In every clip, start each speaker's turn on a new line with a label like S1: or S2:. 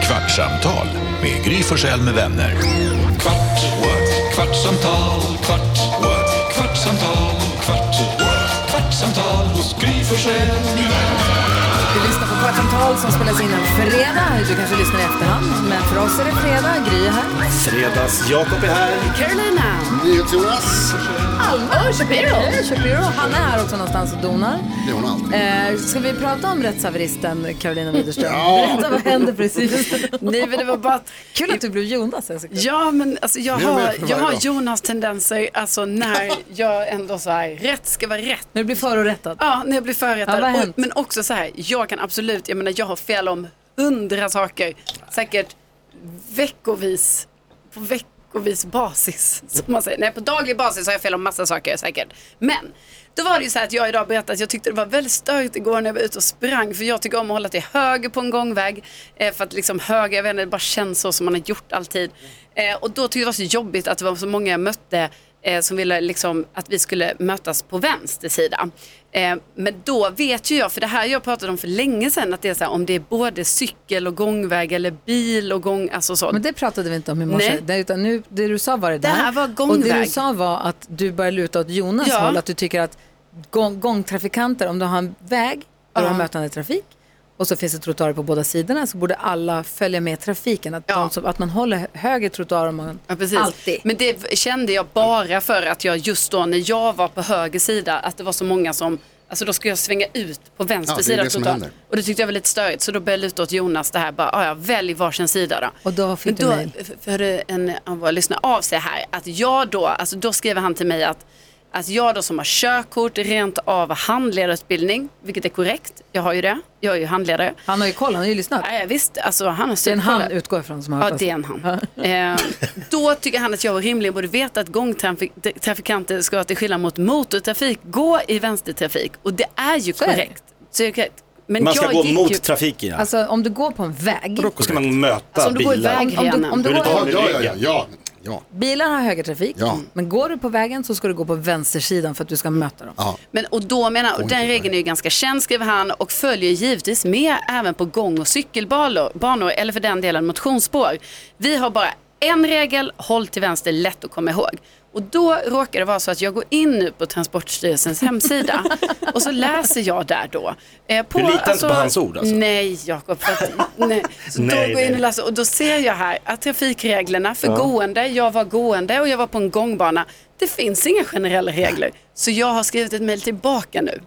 S1: Kvartsamtal med Gry Forssell med vänner. Kvart, what? kvartsamtal, kvart, what? kvartsamtal, kvart, what? kvartsamtal hos Gry Forssell med vänner.
S2: Du lyssnar på Kvartsamtal som spelas in en fredag. Du kanske lyssnar i efterhand, men för oss är det fredag. Gry är här.
S3: Fredags, Jakob är här.
S2: Carolina.
S4: NyhetsJonas.
S2: Alma Shapiro. Shapiro. Han är här också någonstans och donar.
S4: Det är hon alltid.
S2: Eh, ska vi prata om rättshaveristen Carolina Widerström?
S4: Ja.
S2: Berätta, vad hände precis? Nej, men det var bara... Kul att du blev Jonas en sekund.
S5: Ja, men alltså, jag,
S4: Det är
S5: har,
S4: med för
S5: jag
S4: varje
S5: har
S4: dag.
S5: Jonas tendenser, alltså när jag ändå så här, rätt ska vara rätt.
S2: När du blir förorättad.
S5: Ja, när jag blir
S2: Ja,
S5: förrättad.
S2: vad har
S5: och,
S2: hänt?
S5: men också så här, jag kan absolut, jag menar jag har fel om hundra saker, säkert veckovis, på veckovis basis. Som man säger. Nej, på daglig basis har jag fel om massa saker säkert. Men, då var det ju så här att jag idag berättade att jag tyckte det var väldigt störigt igår när jag var ute och sprang, för jag tycker om att hålla till höger på en gångväg, eh, för att liksom höger, jag vet inte, det bara känns så som man har gjort alltid. Eh, och då tyckte jag det var så jobbigt att det var så många jag mötte eh, som ville liksom att vi skulle mötas på vänster sida. Eh, men då vet ju jag, för det här jag pratade om för länge sedan, att det är så här, om det är både cykel och gångväg eller bil och gång, alltså så.
S2: Men det pratade vi inte om i morse.
S5: Nej.
S2: Det, utan nu, det du sa var det där.
S5: här var
S2: Och det du
S5: gångväg.
S2: sa var att du börjar luta åt Jonas
S5: Ja.
S2: håll. Att du tycker att gång, gångtrafikanter, om du har en väg där du har mötande trafik och så finns det trottoarer på båda sidorna så borde alla följa med traffiken. Att, de som, att man håller högre trottoarer om man...
S5: Ja, precis.
S2: Alltid.
S5: Men det kände jag bara för att jag just då när jag var på höger sida att det var så många som, alltså då skulle jag svänga ut på vänster
S4: Ja, det är
S5: sida.
S4: det som
S5: totalt.
S4: händer.
S5: Och det tyckte jag var lite störigt så då började jag luta åt Jonas det här bara, "Ah, ja välj varsin sida då.
S2: Och då fick
S5: Men
S2: du mejl.
S5: f- För eh, en av våra lyssnare av sig här att jag då, alltså då skriver han till mig att att jag då som har körkort, rent av handledarutbildning, vilket är korrekt, jag har ju det, jag är ju handledare.
S2: Han har ju koll, han har ju lyssnat.
S5: Nej, visst, alltså han har
S2: Det är en han
S5: superkoll.
S2: utgår ifrån som har
S5: Ja,
S2: hört
S5: det är
S2: oss.
S5: en han. eh, då tycker han att jag rimligen borde veta att gångtrafikanter ska till skillnad mot motortrafik gå i vänstertrafik. Och det är ju
S2: är det.
S5: korrekt. Så det är korrekt. Men
S3: Man ska
S5: jag
S3: gå
S5: gick
S3: mot
S5: ju,
S3: trafiken. Ja.
S2: Alltså om du går på en väg,
S3: Då ska man möta
S5: Alltså, om du går i
S3: bilar.
S5: väg-
S2: om du, om du
S3: Hur är
S2: går,
S3: det
S4: Ja,
S3: då?
S4: ja, ja, ja, ja. ja.
S2: bilar har högertrafik,
S4: Ja.
S2: men går du på vägen så ska du gå på vänstersidan för att du ska möta dem.
S5: men, och då menar, och den regeln är ju ganska känd skriver han och följer givetvis med även på gång och cykelbanor banor, eller för den delen motionsspår. Vi har bara en regel, håll till vänster, lätt att komma ihåg. Och då råkar det vara så att jag går in nu på Transportstyrelsens hemsida och så läser jag där då. eh, på,
S3: Du litar inte på hans ord, alltså?
S5: Nej, Jakob. för att- Nej. Så då
S3: Nej,
S5: går jag
S3: nej.
S5: in och läser och då ser jag här att trafikreglerna för gående, jag var gående och jag var på en gångbana. Det finns inga generella regler. Så jag har skrivit ett mejl tillbaka nu.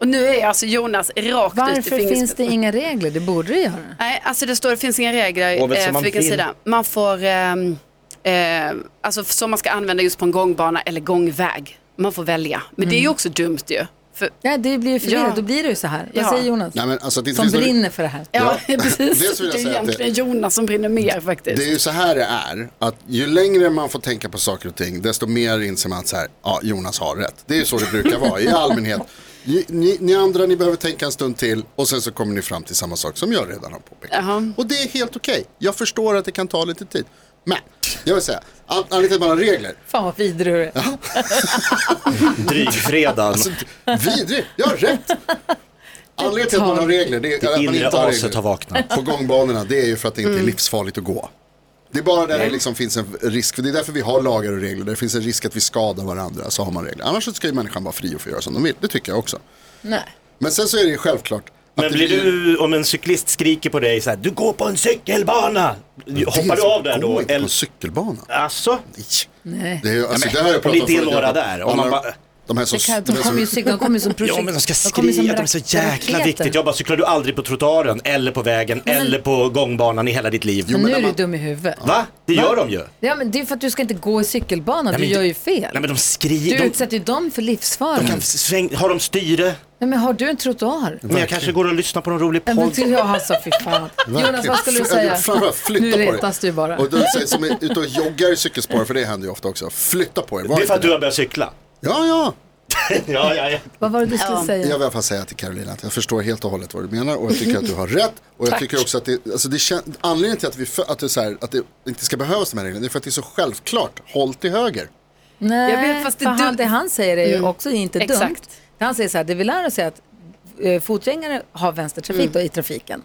S5: Och nu är jag alltså Jonas rakt ut i
S2: Varför
S5: fingerspets-
S2: finns det inga regler? Det borde det göra.
S5: Nej, alltså det står det finns inga regler
S3: Och vet
S5: eh,
S3: som
S5: för
S3: man
S5: vilken
S3: vill.
S5: sida. Man får, ehm, eh, alltså som man ska använda just på en gångbana eller gångväg. Man får välja. Men det är ju också dumt ju. För,
S2: Ja, det blir ju förvirrat,
S5: Ja.
S2: då blir det ju så här. Vad
S5: Ja.
S2: säger Jonas?
S4: Nej, men alltså, det
S2: Som
S4: finns någon-
S2: brinner för det här.
S5: ja,
S4: Ja.
S5: precis.
S4: Dels
S5: Det
S4: vill jag
S5: är
S4: säga att det-
S5: egentligen Jonas som brinner mer faktiskt.
S4: Det är ju så här det är, att ju längre man får tänka på saker och ting, desto mer inser man att så här, ja, Jonas har rätt. Det är ju så det brukar vara i allmänhet. Ni, ni, ni andra, ni behöver tänka en stund till och sen så kommer ni fram till samma sak som jag redan har påpekat.
S5: Jaha.
S4: Och det är helt okej. Jag förstår att det kan ta lite tid. Men, jag vill säga, an- anledningen till att man har regler,
S2: Fan vad vidrig du är.
S3: Drygfredagen.
S2: Alltså,
S4: vidrigt, jag har Alltså, rätt. Anledningen till att man har regler, det är eller
S3: det
S4: att man
S3: inre
S4: inte har
S3: aset
S4: regler.
S3: har vaknat.
S4: på gångbanorna det är ju för att det
S2: Mm.
S4: inte är livsfarligt att gå. Det är bara där det liksom finns en risk, för det är därför vi har lagar och regler. Det finns en risk att vi skadar varandra, så har man regler. Annars så ska ju människan vara fri och få göra som de vill, det tycker jag också.
S2: Nej.
S4: Men sen så är det ju självklart. att
S3: Men
S4: det
S3: blir du, om en cyklist skriker på dig så här, du går på en cykelbana. Hoppar du av där
S4: Gå
S3: då?
S4: inte på en
S3: Eller,
S4: cykelbana.
S3: alltså?
S4: Det är ju, alltså,
S3: men,
S4: det här har jag
S3: om det
S4: pratat
S3: inte är
S4: förut,
S3: några
S4: Jakob.
S3: där, om man
S4: Alla-
S3: bara-
S4: De här som...
S2: Det kan,
S4: de
S2: de
S4: här som-
S2: kommer ju cykla- de kommer ju som
S3: Ja
S2: projekt.
S3: men de ska
S2: kommer ju som
S3: skrika, de är så
S2: rak-
S3: jäkla
S2: raketer.
S3: viktigt. Jag bara, cyklar du aldrig på trottoaren eller på vägen eller på gångbanan i hela ditt liv?
S2: Men nu
S4: när
S2: är du
S4: man-
S2: dum i huvudet.
S3: Va? Det gör de ju.
S2: Ja, men det är för att du ska inte gå i cykelbanan,
S3: Nej,
S2: du
S3: men
S2: gör
S3: det-
S2: ju fel.
S3: Nej men de skriker,
S2: du
S3: de,
S2: utsätter ju dem för livsfara.
S3: de kan sväng, har de styre?
S2: Nej, men har du en trottoar?
S3: Men jag kanske går och lyssnar på någon rolig
S2: Nej, men
S3: podd.
S2: till jag alltså, fy fan. Jonas, vad skulle du
S4: Fly-
S2: säga?
S4: Framförallt flytta
S2: Nu
S4: på dig.
S2: retas du bara.
S4: Och du säger som är ute och joggar i cykelspår, för det händer ju ofta också. Flytta på er. var
S3: Det är
S4: inte
S3: för att du
S4: det.
S3: har börjat cykla.
S4: Ja, ja.
S3: ja, ja, ja.
S2: Vad var det du skulle
S4: Jag
S2: säga?
S4: vill i alla fall säga till Carolina att jag förstår helt och hållet vad du menar och jag tycker att du har rätt. Och jag tycker också att det, alltså det kän, anledningen till att, vi, fö- att, det är så här, att det inte ska behövas de här reglerna det är för att det är så självklart. Håll till höger.
S2: Nej,
S5: Jag vet, fast det
S2: för
S5: är
S2: han,
S5: dumt. Mm.
S2: det han säger är ju också inte dumt.
S5: Exakt. Mm.
S2: Han säger så här, det vi lär oss är att eh, fotgängare har vänstertrafik då, i trafiken.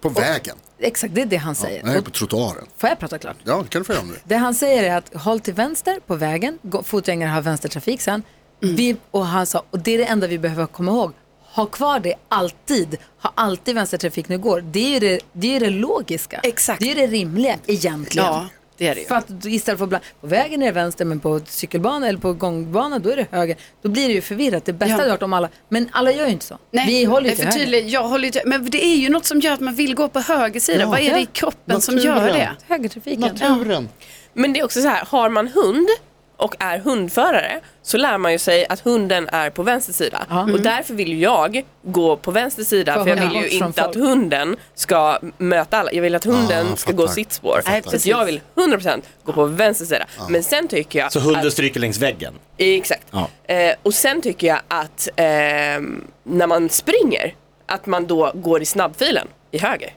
S4: På vägen.
S2: Exakt, det är det han säger.
S4: Nej,
S2: Och,
S4: på trottoaren.
S2: får jag prata klart?
S4: Ja, det kan du få göra om du vill.
S2: Det han säger är att håll till vänster på vägen, gå- fotgängare har vänstertrafik sen.
S5: Mm.
S2: Vi, och han sa, och det är det enda vi behöver komma ihåg, ha kvar det alltid, ha alltid vänstertrafik när du går. Det är ju det, det, är ju det logiska,
S5: Exakt.
S2: det är ju det rimliga egentligen.
S5: Ja, det är det ju.
S2: För att istället för att bland, på vägen är det vänster men på cykelbana eller på gångbana då är det höger. Då blir det ju förvirrat. Det bästa
S5: Ja.
S2: hade varit om alla, men alla gör ju inte så. Vi håller ju
S5: eh, för
S2: till höger.
S5: tydlig, jag håller ju till, men det är ju något som gör att man vill gå på höger sida.
S4: Ja.
S5: Vad är det i
S4: Ja.
S5: kroppen som
S4: Naturen.
S5: gör det?
S2: Högertrafiken.
S4: Naturen.
S6: Men det är också så här, har man hund och är hundförare så lär man ju sig att hunden är på vänster sida. Och därför vill ju jag gå på vänster sida
S2: Mm. För
S6: för jag
S2: hålla
S6: vill
S2: bort
S6: ju
S2: från
S6: inte att
S2: folk.
S6: hunden ska möta alla. Jag vill att hunden
S4: Ah,
S6: ska gå
S4: fattar.
S6: sitt spår.
S4: Nej,
S6: Så att jag vill 100% gå på vänster sida. Men sen tycker jag
S3: Så hunden
S6: att,
S3: stryker längs väggen?
S6: Exakt.
S3: Ja.
S6: Eh, och sen tycker jag att ehm, när man springer att man då går i snabbfilen i höger.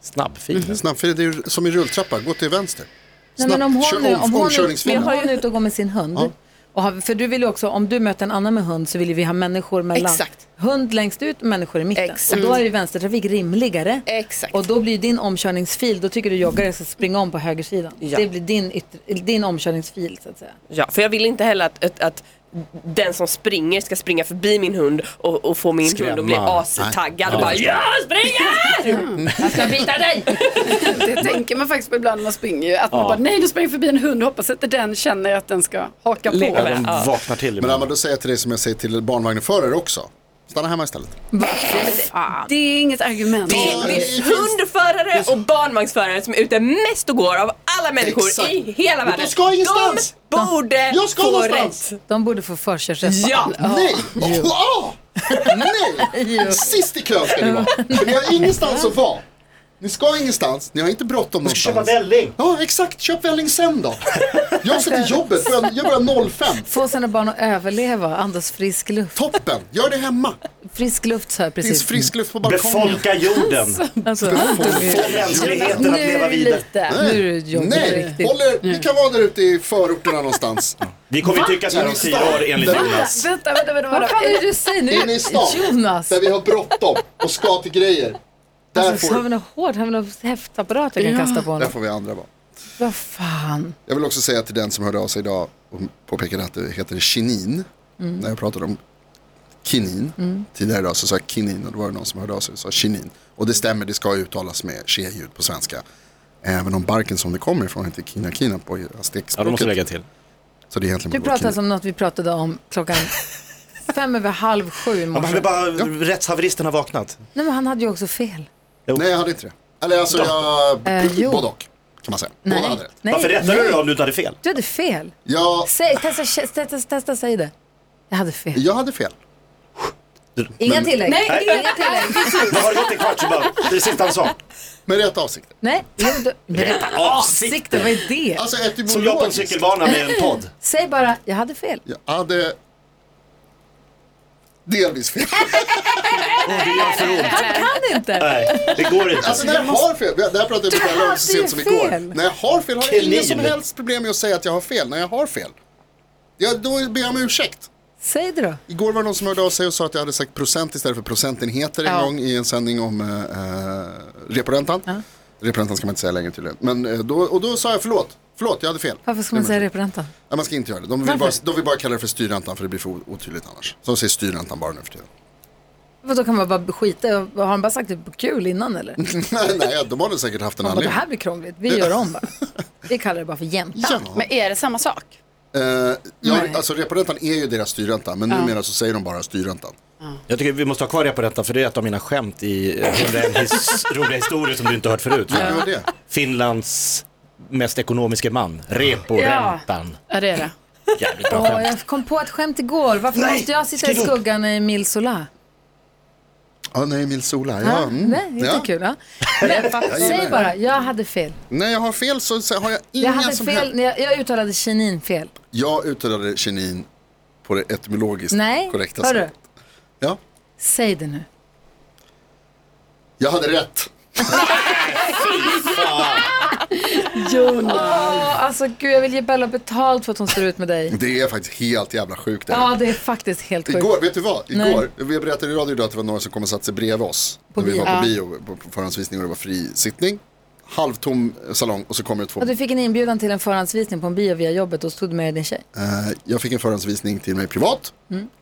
S3: Snabbfilen.
S2: Mm.
S4: Snabbfil, det är ju som i rulltrappa, gå till vänster.
S2: Nej, men om hon,
S4: kör-
S2: nu- om hon,
S4: omkörningsfilen.
S2: om hon är ute och går med sin hund. Och har, för du vill ju också, om du möter en annan med hund så vill ju vi ha människor mellan.
S6: Exakt.
S2: Hund längst ut och människor i mitten.
S6: Exakt.
S2: Och då är ju vänstertrafik rimligare.
S6: Exakt.
S2: Och då blir din omkörningsfil, då tycker du joggare ska springa om på högersidan.
S6: Ja.
S2: Det blir din, ytter, din omkörningsfil så att säga.
S6: Ja, för jag vill inte heller att, att, att den som springer ska springa förbi min hund och, och få min
S3: Skrämma.
S6: hund att bli astaggad och bara ja, springer!
S2: Jag ska bita dig!
S5: Det tänker man faktiskt på ibland när man springer. ju, Att man bara, nej nu springer jag förbi en hund och hoppas inte den känner att den ska haka på.
S6: Leka
S3: Ja,
S6: med.
S3: de
S6: Ja.
S3: vaknar till
S4: Men Amma,
S3: ibland.
S4: då säger jag till dig som jag säger till barnvagnförare också. Stanna hemma istället.
S5: Det är inget argument.
S6: Det är hundförare och barnvagnsförare som är ute mest och går av alla människor
S4: Exakt.
S6: i hela världen.
S4: ska ingenstans.
S6: De borde
S4: Jag ska
S6: få
S4: någonstans.
S6: rätt.
S2: De borde få förkörsrätt. på
S6: Ja.
S2: alla.
S4: Nej! Ja. Nej! Sist i kön ska ni vara. Ni har ingenstans att vara. Ni ska ingenstans, ni har inte bråttom någonstans.
S3: köpa välling.
S4: Ja, exakt. Köp välling sen då. Jag ska till jobbet, Börjar- jag börjar 05.
S2: Få sina barn att överleva, andas frisk luft.
S4: Toppen, gör det hemma.
S2: Frisk luft sa jag
S4: Det finns
S2: precis.
S4: frisk luft på balkongen.
S3: Befolka jorden.
S2: Alltså,
S3: Mänskligheten
S2: nu
S3: att leva
S2: är det
S3: vidare.
S2: lite, nu är det jobbigt på
S4: Nej,
S2: riktigt.
S4: håller, ni kan vara där ute i förorterna någonstans.
S3: Vi kommer ju tycka så här om fyra år enligt Jonas.
S5: Vänta, vänta, vänta.
S2: Vad
S5: vänta.
S2: fan är det du säger nu?
S4: Inne i stan,
S2: Jonas!
S4: där vi har bråttom och ska till grejer. Där,
S2: Alltså, så har vi
S4: får,
S2: något hårt, har vi någon häftapparat jag kan kasta på
S4: där
S2: honom?
S4: får vi andra vara.
S2: Vad fan.
S4: Jag vill också säga till den som hörde av sig idag och påpekade att det heter kinin.
S2: Mm.
S4: När jag pratade om kinin tidigare idag så sa jag kinin och då var det någon som hörde av sig och sa kinin. Och det stämmer, det ska uttalas med che-ljud på svenska. Även om barken som det kommer ifrån heter kinakina på
S3: Ja,
S4: aztekspråket.
S3: de måste lägga till.
S4: Så det är egentligen
S2: Du
S4: bara
S2: pratar
S4: kinin.
S2: som något vi pratade om klockan fem över halv sju i
S3: Man
S2: morse.
S3: behöver bara, rättshaveristen har vaknat.
S2: Nej, men han hade ju också fel.
S4: Nej, jag hade inte det. Eller alltså, jag...
S2: Eh, jo.
S4: både och, kan man säga. Båda hade rätt.
S2: Nej.
S3: Varför rättade du då om du inte hade fel?
S2: Du hade fel.
S4: Jag,
S2: Säg, testa, testa, testa, testa, säg det. Jag hade fel.
S4: jag hade fel.
S2: Inga tillägg. Nej, inga tillägg.
S3: Då har det gått en kvart så bara, det är det sista han sa.
S4: Med rätt avsikter.
S2: Nej, jo, du, berätta avsikten, vad är det?
S4: Alltså
S3: Som jag på en
S4: etymologiskt.
S3: cykelbana med en podd.
S2: Säg bara, jag hade fel.
S4: Jag hade... Delvis fel.
S3: Det gör för ont.
S2: Han kan inte.
S3: Nej, det går inte.
S4: Alltså när jag har fel, det här pratade jag med Bella om så
S2: hade
S4: sent som
S2: ju
S4: igår.
S2: fel.
S4: När jag har fel har jag inga
S3: Kanin.
S4: som helst problem med att säga att jag har fel när jag har fel. Jag, då ber jag om ursäkt.
S2: Säg det då.
S4: Igår var det någon som hörde av sig och sa att jag hade sagt procent istället för procentenheter en gång i en sändning om äh, reporäntan. Reporäntan ska man inte säga längre tydligen. Men, eh, då, och då sa jag förlåt, förlåt jag hade fel.
S2: Varför ska man
S4: Det är
S2: säga
S4: min-
S2: det på räntan?
S4: Nej, man ska inte göra det. De vill, bara, de vill bara kalla det för styrräntan för det blir för otydligt annars. Så de säger styrräntan bara nu för tiden.
S2: För då kan man bara skita i- Har han bara sagt det på kul innan eller?
S4: nej, nej, de har nog säkert haft en
S2: Bara, det
S4: anledning.
S2: här blir krångligt, vi gör om bara. Vi kallar det bara för jänta.
S4: Ja.
S5: Men är det samma sak?
S4: Eh, ja,
S2: Nej.
S4: alltså reporäntan är ju deras styrränta, men numera så säger de bara styrräntan.
S3: Jag tycker vi måste ha kvar reporäntan för det är ett av mina skämt i eh, 101 his roliga historier som du inte har hört förut.
S4: Ja. Det var det.
S3: Finlands mest ekonomiska man, reporäntan.
S5: Ja, det är det.
S3: Jävligt bra
S2: Åh,
S3: skämt.
S2: jag kom på ett skämt igår. Varför
S3: Nej,
S2: måste jag sitta i
S3: skriv upp.
S2: skuggan i Emil Sola?
S4: Ja, nej, Emil Sola.
S2: Ja,
S4: Ja, mm.
S2: Nej, inte
S4: ja.
S2: kul. Ja. Men, säg bara, jag hade fel.
S4: När jag har fel så så har jag inga
S2: Jag, hade
S4: som
S2: fel
S4: helst...
S2: när jag, jag uttalade kinin fel.
S4: Jag uttalade kinin på det etymologiskt
S2: Nej,
S4: korrekta
S2: hörru.
S4: sättet. Ja,
S2: Säg det nu.
S4: jag hade rätt.
S5: Jonas.
S2: Åh, alltså gud, jag vill ge Bella betalt för att hon står ut med dig.
S4: Det är faktiskt helt jävla sjukt. det här.
S2: Ja, det är faktiskt helt sjukt.
S4: Igår, vet du vad?
S2: Nej.
S4: Igår, vi berättade i radio idag att det var några som kom och satte sig bredvid oss.
S2: På
S4: när vi
S2: bio.
S4: var på bio, på, på förhandsvisning och det var frisittning. Halvtom salong och så kommer det två.
S2: Och du fick en inbjudan till en förhandsvisning på en bio via jobbet och stod du med din tjej.
S4: Eh, jag fick en förhandsvisning till mig privat.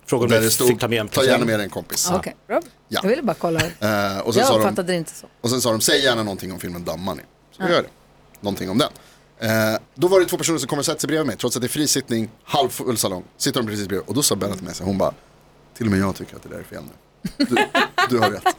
S3: Frågade om
S4: Där
S3: jag
S4: det
S3: fick
S4: stod,
S3: ta med en
S4: ta gärna
S3: present.
S4: med dig en kompis.
S2: Okej, bra.
S4: Ja.
S2: Jag ville bara kolla.
S4: Eh, och, sen
S2: Jag
S4: sa de,
S2: uppfattade det inte så.
S4: och sen sa de, säg gärna någonting om filmen Dumb Money. Så jag gör det. Någonting om den. Eh, då var det två personer som kom och satte sig bredvid mig, trots att det är frisittning, halvfull salong. Sitter de precis bredvid och då sa Bella till mig, så hon bara, till och med jag tycker att det där är fel nu. Du, du har rätt.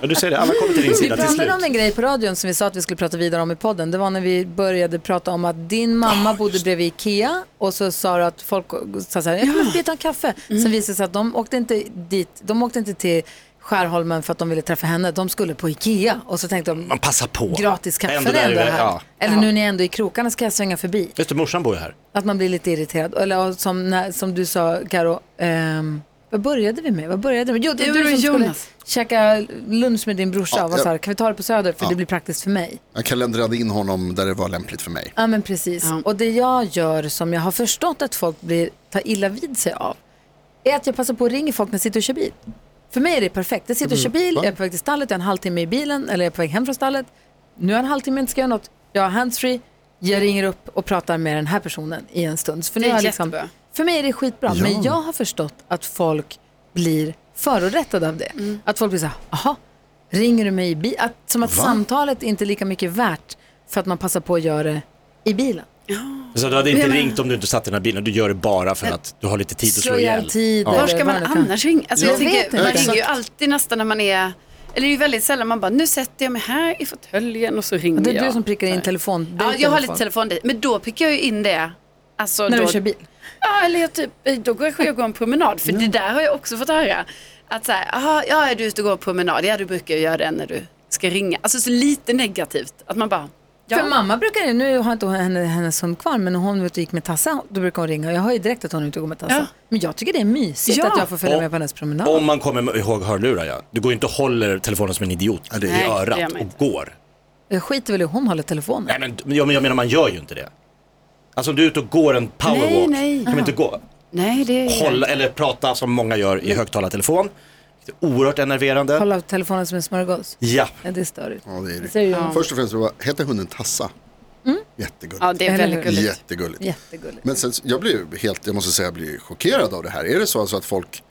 S3: Ja, du ser det, alla kommer till din
S2: Vi
S3: sida till slut.
S2: pratade om en grej på radion som vi sa att vi skulle prata vidare om i podden. Det var när vi började prata om att din mamma bodde bredvid Ikea och så sa du att folk sa så här, jag kommer inte dit och ta en kaffe.
S3: Mm.
S2: Sen visade det sig att de åkte inte dit, de åkte inte till Skärholmen för att de ville träffa henne, de skulle på Ikea och så tänkte de
S3: Man passar på.
S2: gratis kaffe
S3: Ändå
S2: det är
S3: där
S2: ändå
S3: är det-
S2: här.
S3: ja.
S2: Eller nu när jag ändå är i krokarna ska jag svänga förbi.
S3: Just det, morsan bor ju här.
S2: Att man blir lite irriterad. Eller och som, när, som du sa, Karo. ehm, vad började vi med? Vad började vi med? Jo, det
S5: Du
S2: var du
S5: och
S2: som
S5: Jonas.
S2: skulle käka lunch med din brorsa.
S4: Ja,
S2: och var
S4: jag-
S2: så här, kan vi ta det på Söder? För det blir praktiskt för mig.
S4: Jag kalendrade in honom där det var lämpligt för mig.
S2: Ja, men precis. Och det jag gör, som jag har förstått att folk blir, tar illa vid sig av, är att jag passar på att ringa folk när jag sitter och kör bil. För mig är det perfekt. Jag
S3: Mm.
S2: sitter och kör bil, jag är på väg till stallet, jag har en halvtimme i bilen, eller jag är på väg hem från stallet. Nu har jag en halvtimme, inte ska göra något. Jag har handsfree, jag ringer upp och pratar med den här personen i en stund. För, nu
S5: Det är
S2: har jag liksom,
S5: jättebra.
S2: för mig är det skitbra, men jag har förstått att folk blir förorättade av det.
S5: Mm.
S2: Att folk blir så här, jaha, ringer du mig i bilen? Som att samtalet inte är lika mycket värt för att man passar på att göra det i bilen.
S3: Så du hade inte
S5: Men-
S3: ringt om du inte satt i den här bilen. Du gör det bara för att du har lite tid att slå
S2: Slå ihjäl
S3: ihjäl.
S2: tid.
S5: Var
S2: eller
S5: ska
S2: vad
S5: man
S2: det kan-
S5: annars ringa? Alltså, jag
S2: Jag vet
S5: tänker,
S2: inte.
S5: man
S4: Exakt.
S5: ringer ju alltid nästan när man är... Eller det är ju väldigt sällan man bara, nu sätter jag mig här i fåtöljen och så ringer
S2: Det är
S5: jag.
S2: du som prickar in telefon.
S5: Ja, jag har lite telefon dit. Men då pickar jag ju in det. Alltså,
S2: När
S5: då,
S2: du kör bil.
S5: Ja, eller jag typ, då går jag, jag går en promenad. För det där har jag också fått höra. Att så här, aha, ja, är du ute och går en promenad? Ja, du brukar ju göra det när du ska ringa. Alltså så lite negativt. Att man bara, ja.
S2: För mamma brukar ju, nu har inte hon henne, hennes hund kvar, men när hon var ute och gick med Tassa, då brukar hon ringa. Jag hör ju direkt att hon är ute och går med Tassa.
S5: Ja.
S2: Men jag tycker det är mysigt
S5: Ja.
S2: att jag får följa
S3: Och-
S2: med på hennes promenad.
S3: Om man kommer ihåg hörlurar ja. Du går ju inte och håller telefonen som en idiot
S4: Ja, det
S3: i
S4: är-
S5: Nej, det gör
S3: örat
S5: man
S3: och
S5: inte.
S3: går.
S2: Jag skiter väl i hur hon håller telefonen.
S3: Nej men men jag, men jag menar man gör ju inte det. Alltså om du är ute och går en
S5: Nej,
S3: powerwalk.
S5: nej.
S3: Kan man inte gå,
S5: nej det är...
S3: hålla eller prata som många gör i högtalartelefon. Det är Oerhört enerverande.
S2: Håller telefonen som en smörgås.
S3: Ja.
S2: Ja, det är störigt.
S4: Ja, det är det.
S2: Ser du, Jonas?
S4: Först och främst, vad heter hunden Tassa? Jättegulligt.
S5: Ja, det är
S2: Eller
S5: väldigt
S2: hur?
S5: gulligt.
S4: Jättegulligt.
S2: Jättegulligt.
S4: Men sen, jag blev helt, jag måste säga, jag blir chockerad av det här. Är det så alltså att folk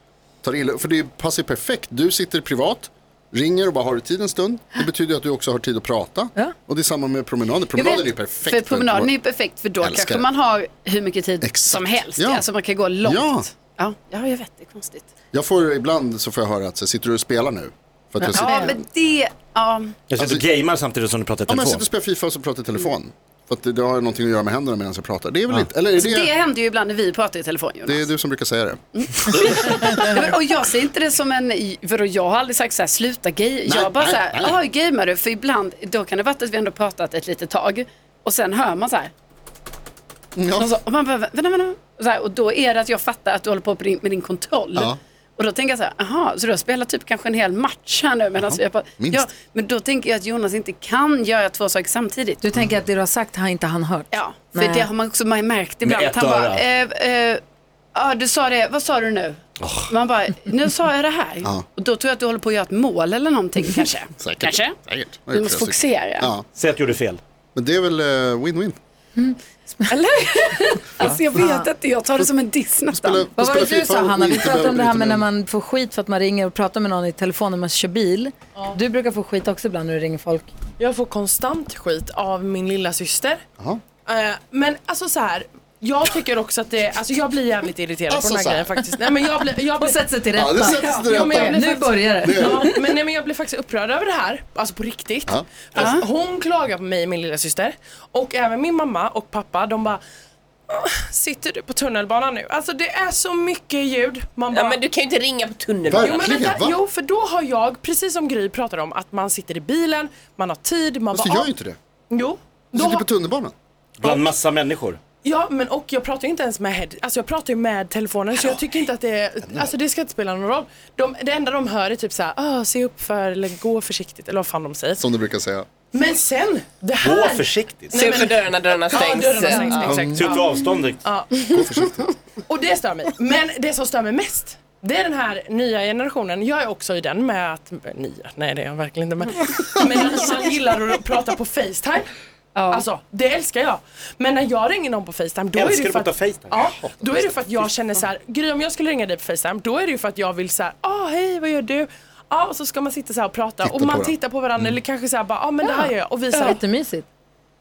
S4: tar illa, för det passar ju perfekt. Du sitter privat, ringer och bara har du tid en stund. Det betyder ju att du också har tid att prata.
S2: Ja.
S4: Och det är samma med promenader. Promenader är ju perfekt.
S5: För promenaden är ju perfekt för då
S4: Älskar
S5: kanske
S4: det.
S5: man har hur mycket tid
S4: Exakt.
S5: som helst.
S4: Ja.
S5: Alltså man kan gå långt.
S4: Ja.
S5: Ja. Ja, jag vet, det är konstigt.
S4: Jag får ibland så får jag höra att så här, sitter du och spelar nu? För att jag sitter,
S5: Ja, men det, ja.
S3: Jag sitter och
S4: Alltså-
S3: gamer samtidigt som du pratar i
S4: ja, men alltså- jag
S3: telefon.
S4: sitter och spelar FIFA och så pratar jag i telefon. För att det, det har någonting att göra med händerna medan jag pratar. Det är väl inte, eller är
S5: Alltså, Det Mm.
S4: det,
S5: händer ju ibland när vi pratar i telefon Jonas.
S4: det är du som brukar säga det.
S5: Ja, men- Och jag ser inte det som en, vadå jag har aldrig sagt så här, sluta gej. Jag bara
S4: nej,
S5: så här,
S4: nej.
S5: jaha gamear du? För ibland, då kan det vara att vi ändå pratat ett litet tag och sen hör man så här. Och, så, och man bara, vänta, vänta. Och, så här, och då är det att jag fattar att du håller på med din, med din kontroll.
S4: Ja.
S5: Och då tänker jag så här, aha, så du har spelat typ kanske en hel match här nu medan vi är på...
S4: minst.
S5: Ja, men då tänker jag att Jonas inte kan göra två saker samtidigt.
S2: Du tänker att det du har sagt har inte han hört?
S5: Ja, för
S2: Nej.
S5: det har man också man har märkt ibland.
S3: Med ett
S5: Han bara,
S3: öra.
S5: eh, eh, ja du sa det, vad sa du nu? Man bara, nu sa jag det här. Och då tror jag att du håller på att göra ett mål eller någonting kanske.
S4: Säkert.
S5: Kanske.
S4: Säkert.
S5: Du måste fokusera.
S4: Ja,
S3: Säg att du gjorde fel.
S4: men det är väl eh, win-win.
S5: Eller? alltså jag vet inte, jag tar det som en diss nästan.
S2: Vad var
S4: spela
S2: det du
S4: FIFA
S2: sa
S4: och
S2: Hanna? Vi
S4: inte
S2: pratade om
S4: behöver
S2: det här
S4: bryta
S2: med
S4: ner.
S2: när man får skit för att man ringer och pratar med någon i telefon när man kör bil. Du brukar få skit också ibland när du ringer folk.
S7: Jag får konstant skit av min lilla syster.
S4: Jaha.
S7: Eh, men alltså så här. Jag tycker också att det, alltså jag blir jävligt irriterad
S4: Alltså
S7: på den
S4: så
S7: här
S4: här.
S7: grejen faktiskt. Nej men jag blir, jag
S2: Hon
S7: blir,
S2: sätter sig till
S4: Ja,
S2: rätta.
S4: det sätts det
S7: Ja, men jag
S4: rätta.
S7: blir-
S2: Nu börjar det.
S7: ja, men, nej, men jag blir faktiskt upprörd över det här, alltså på riktigt.
S4: Ja.
S7: För att Hon klagar på mig, min lilla syster och även min mamma och pappa, de bara "Åh, Sitter du på tunnelbanan nu? Alltså det är så mycket ljud. Man bara,
S6: Ja, men du kan ju inte ringa på
S4: Var-
S6: tunnelbanan.
S7: Jo, men
S4: Verkligen,
S7: vänta,
S4: va?
S7: jo, för då har jag, precis som Gry pratade om, att man sitter i bilen, man har tid, man
S4: Fast
S7: bara...
S4: du gör
S7: "Ah,
S4: Alltså, ju inte det.
S7: Jo.
S4: Du
S7: Då
S4: sitter
S7: har,
S4: på tunnelbanan.
S3: Bland massa människor.
S7: ja, men och jag pratar ju inte ens med head, alltså jag pratar ju med telefonen så jag tycker inte att det är, alltså det ska inte spela någon roll. De, det enda de hör är typ såhär, ah, se upp för eller gå försiktigt eller vad fan de säger.
S4: Som du brukar säga.
S7: Men sen, det
S3: Gå
S7: här.
S3: försiktigt.
S4: Typ
S6: Se upp för dörrarna, dörrarna
S7: Ja,
S6: stängs.
S7: dörrarna stängs, exakt.
S3: Se ut för avståndet.
S7: Och det stör mig. Men det som stör mig mest, det är den här nya generationen. Jag är också i den med att, nya, nej det är jag verkligen inte men, men att man gillar att prata på Facetime. Alltså, det älskar jag. Men när jag ringer någon på Facetime, då är
S3: Älskar
S7: det
S3: du
S7: för
S3: prata
S7: att,
S3: FaceTime?
S7: ja, då är det för att jag känner så här, Gry om jag skulle ringa dig på Facetime, då är det ju för att jag vill så här, ah hej vad gör du? Ja, och så ska man sitta så här och prata
S4: Titta
S7: och man
S4: på det.
S7: tittar på varandra
S3: Mm.
S7: eller kanske så här bara, ja ah, men det här gör jag och vi så här,
S2: Jättemysigt.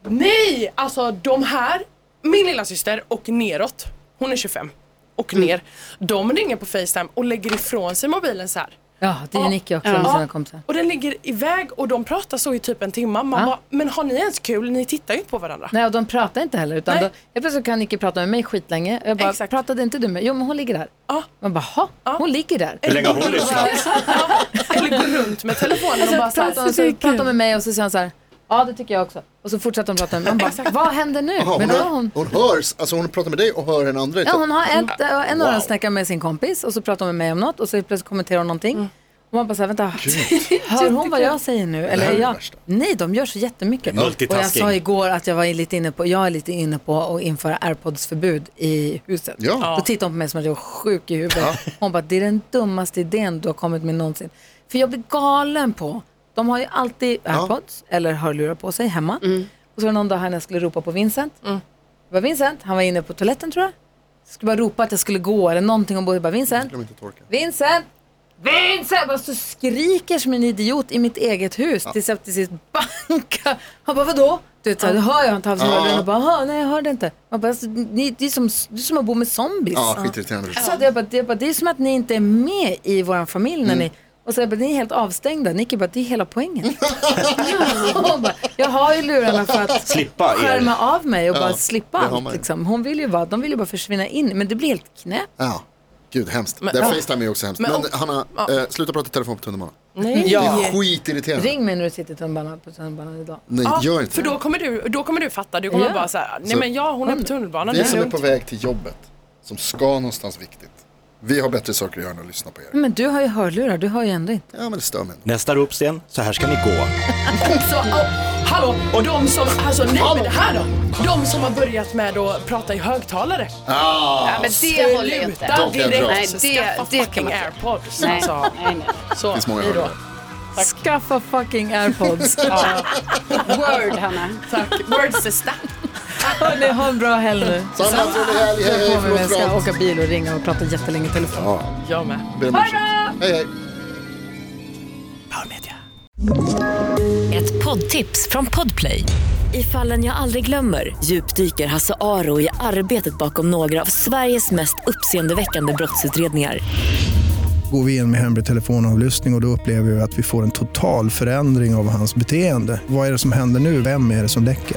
S7: Nej, alltså de här, min lilla syster och neråt, hon är 25 och
S8: Mm.
S7: ner, de ringer på Facetime och lägger ifrån sig mobilen så här.
S2: Ja, det är ju Nicky också med sina kompisar.
S7: Och den ligger iväg och de pratar så i typ en timme. Man
S2: Ja.
S7: bara, men har ni ens kul? Ni tittar ju inte på varandra.
S2: Nej, och de pratar inte heller. Utan
S7: Nej.
S2: då, helt plötsligt kan Nicky prata med mig skitlänge. Jag bara,
S7: Exakt.
S2: pratade inte du med Jo, men hon ligger där.
S7: Ja.
S2: Man bara, ha, hon ligger där.
S3: Hur länge har hon lyssnat?
S7: Eller går runt med telefonen och bara
S2: Alltså,
S7: så här,
S2: pratar hon, så pratar hon med mig och så säger hon så här, ja det tycker jag också. Och så fortsätter hon prata med mig. Man bara, vad händer nu?
S8: Jaha, hon,
S2: men då har
S8: hör,
S2: hon,
S8: hon... hörs, alltså hon pratar med dig och hör en andra.
S2: ja, hon har
S8: Mm.
S2: ett, äh, en av dem snackar med sin kompis och så pratar hon med mig om något och så plötsligt kommenterar hon någonting. Och man bara så här, vänta, hör hon vad jag säger nu? Eller
S8: här
S2: är
S8: är det
S2: jag?
S8: värsta.
S2: Nej, de gör så jättemycket. Och jag
S3: Multitasking.
S2: sa igår att jag var lite inne på, jag är lite inne på att införa airpods-förbud i huset.
S8: Ja.
S2: Då tittade hon på mig som att jag var sjuk i huvudet. Hon bara, det är den dummaste idén du har kommit med någonsin. För jag blir galen på, de har ju alltid airpods eller hörlurar på sig hemma. Och så var det någon dag här när jag skulle ropa på Vincent. Det var Vincent, han var inne på toaletten tror jag. Jag skulle bara ropa att jag skulle gå eller någonting ombord. Jag bara, Vincent,
S8: De inte torka.
S2: Vincent! Vincent! Jag bara så skriker som en idiot i mitt eget hus tills jag till sist bankar. Han bara vadå? Du vet såhär, då hör jag han tar av sig hörlurarna och bara, "Aha, nej jag hörde inte. Man bara, alltså, ni, det, är som, det är som att bo med zombies.
S8: Ja, skitirriterande.
S2: Så att jag bara, det, jag bara, det är som att ni inte är med i vår familj
S8: Mm.
S2: när ni... Och så jag bara, ni är helt avstängda. Nicky bara, det är hela poängen. Hon bara, jag har ju lurarna för att
S3: Slippa er.
S2: skärma av mig och bara slippa
S8: det har
S2: allt.
S8: man ju.
S2: Liksom. Hon vill ju bara, de vill ju bara försvinna in, men det blir helt knäppt.
S8: Ja. Gud, hemskt.
S7: Men-
S8: det
S7: ja.
S8: Facetime är också hemskt.
S7: Men
S8: Men,
S7: också-
S8: Hanna, eh, sluta prata i telefon på tunnelbanan.
S7: Nej.
S8: Det är skitirriterande.
S2: Ring mig när du sitter i tunnelbanan på tunnelbanan idag.
S8: Nej,
S7: Ja,
S8: gör inte
S7: för
S8: det.
S7: då kommer, du, då kommer du fatta, du kommer
S2: Ja.
S7: bara så här, nej
S8: Så-
S7: men ja hon är på tunnelbanan, det
S8: Vi
S7: är
S8: som är
S7: lugnt.
S8: på väg till jobbet, som ska någonstans viktigt. Vi har bättre saker att göra än att lyssna på er.
S2: Men du har ju hörlurar, du har ju ändå inte.
S8: Ja, men det stör mig ändå.
S3: Nästa ropsten, så här ska ni gå.
S7: Så, oh, hallå, och de som, alltså nej men det här då. De som har börjat med att prata i högtalare.
S5: Ja, men det håller ju inte.
S7: Sluta
S8: De kan
S7: direkt.
S8: dra.
S5: Nej, det,
S7: Skaffa
S5: det kan
S7: fucking
S5: man inte.
S7: airpods.
S5: Nej,
S7: Alltså.
S5: nej, nej.
S7: Så,
S8: finns många
S7: hej då.
S8: hörlurar.
S2: Skaffa fucking airpods.
S5: Word, Hanna.
S7: Tack. Word sister.
S2: Hörni, ha en bra helg nu.
S8: Samma trevlig helg, hej hej,
S2: Jag kommer, jag
S8: förlåt för
S2: ska
S8: allt.
S2: åka bil och ringa och prata jättelänge i telefon.
S7: Jag med.
S8: Ber om ursäkt. Hej hej.
S7: Power Media.
S9: Ett poddtips från Podplay. I fallen jag aldrig glömmer djupdyker Hasse Aro i arbetet bakom några av Sveriges mest uppseendeväckande brottsutredningar.
S10: går vi in med hemlig telefonavlyssning och, och då upplever vi att vi får en total förändring av hans beteende. Vad är det som händer nu? Vem är det som läcker?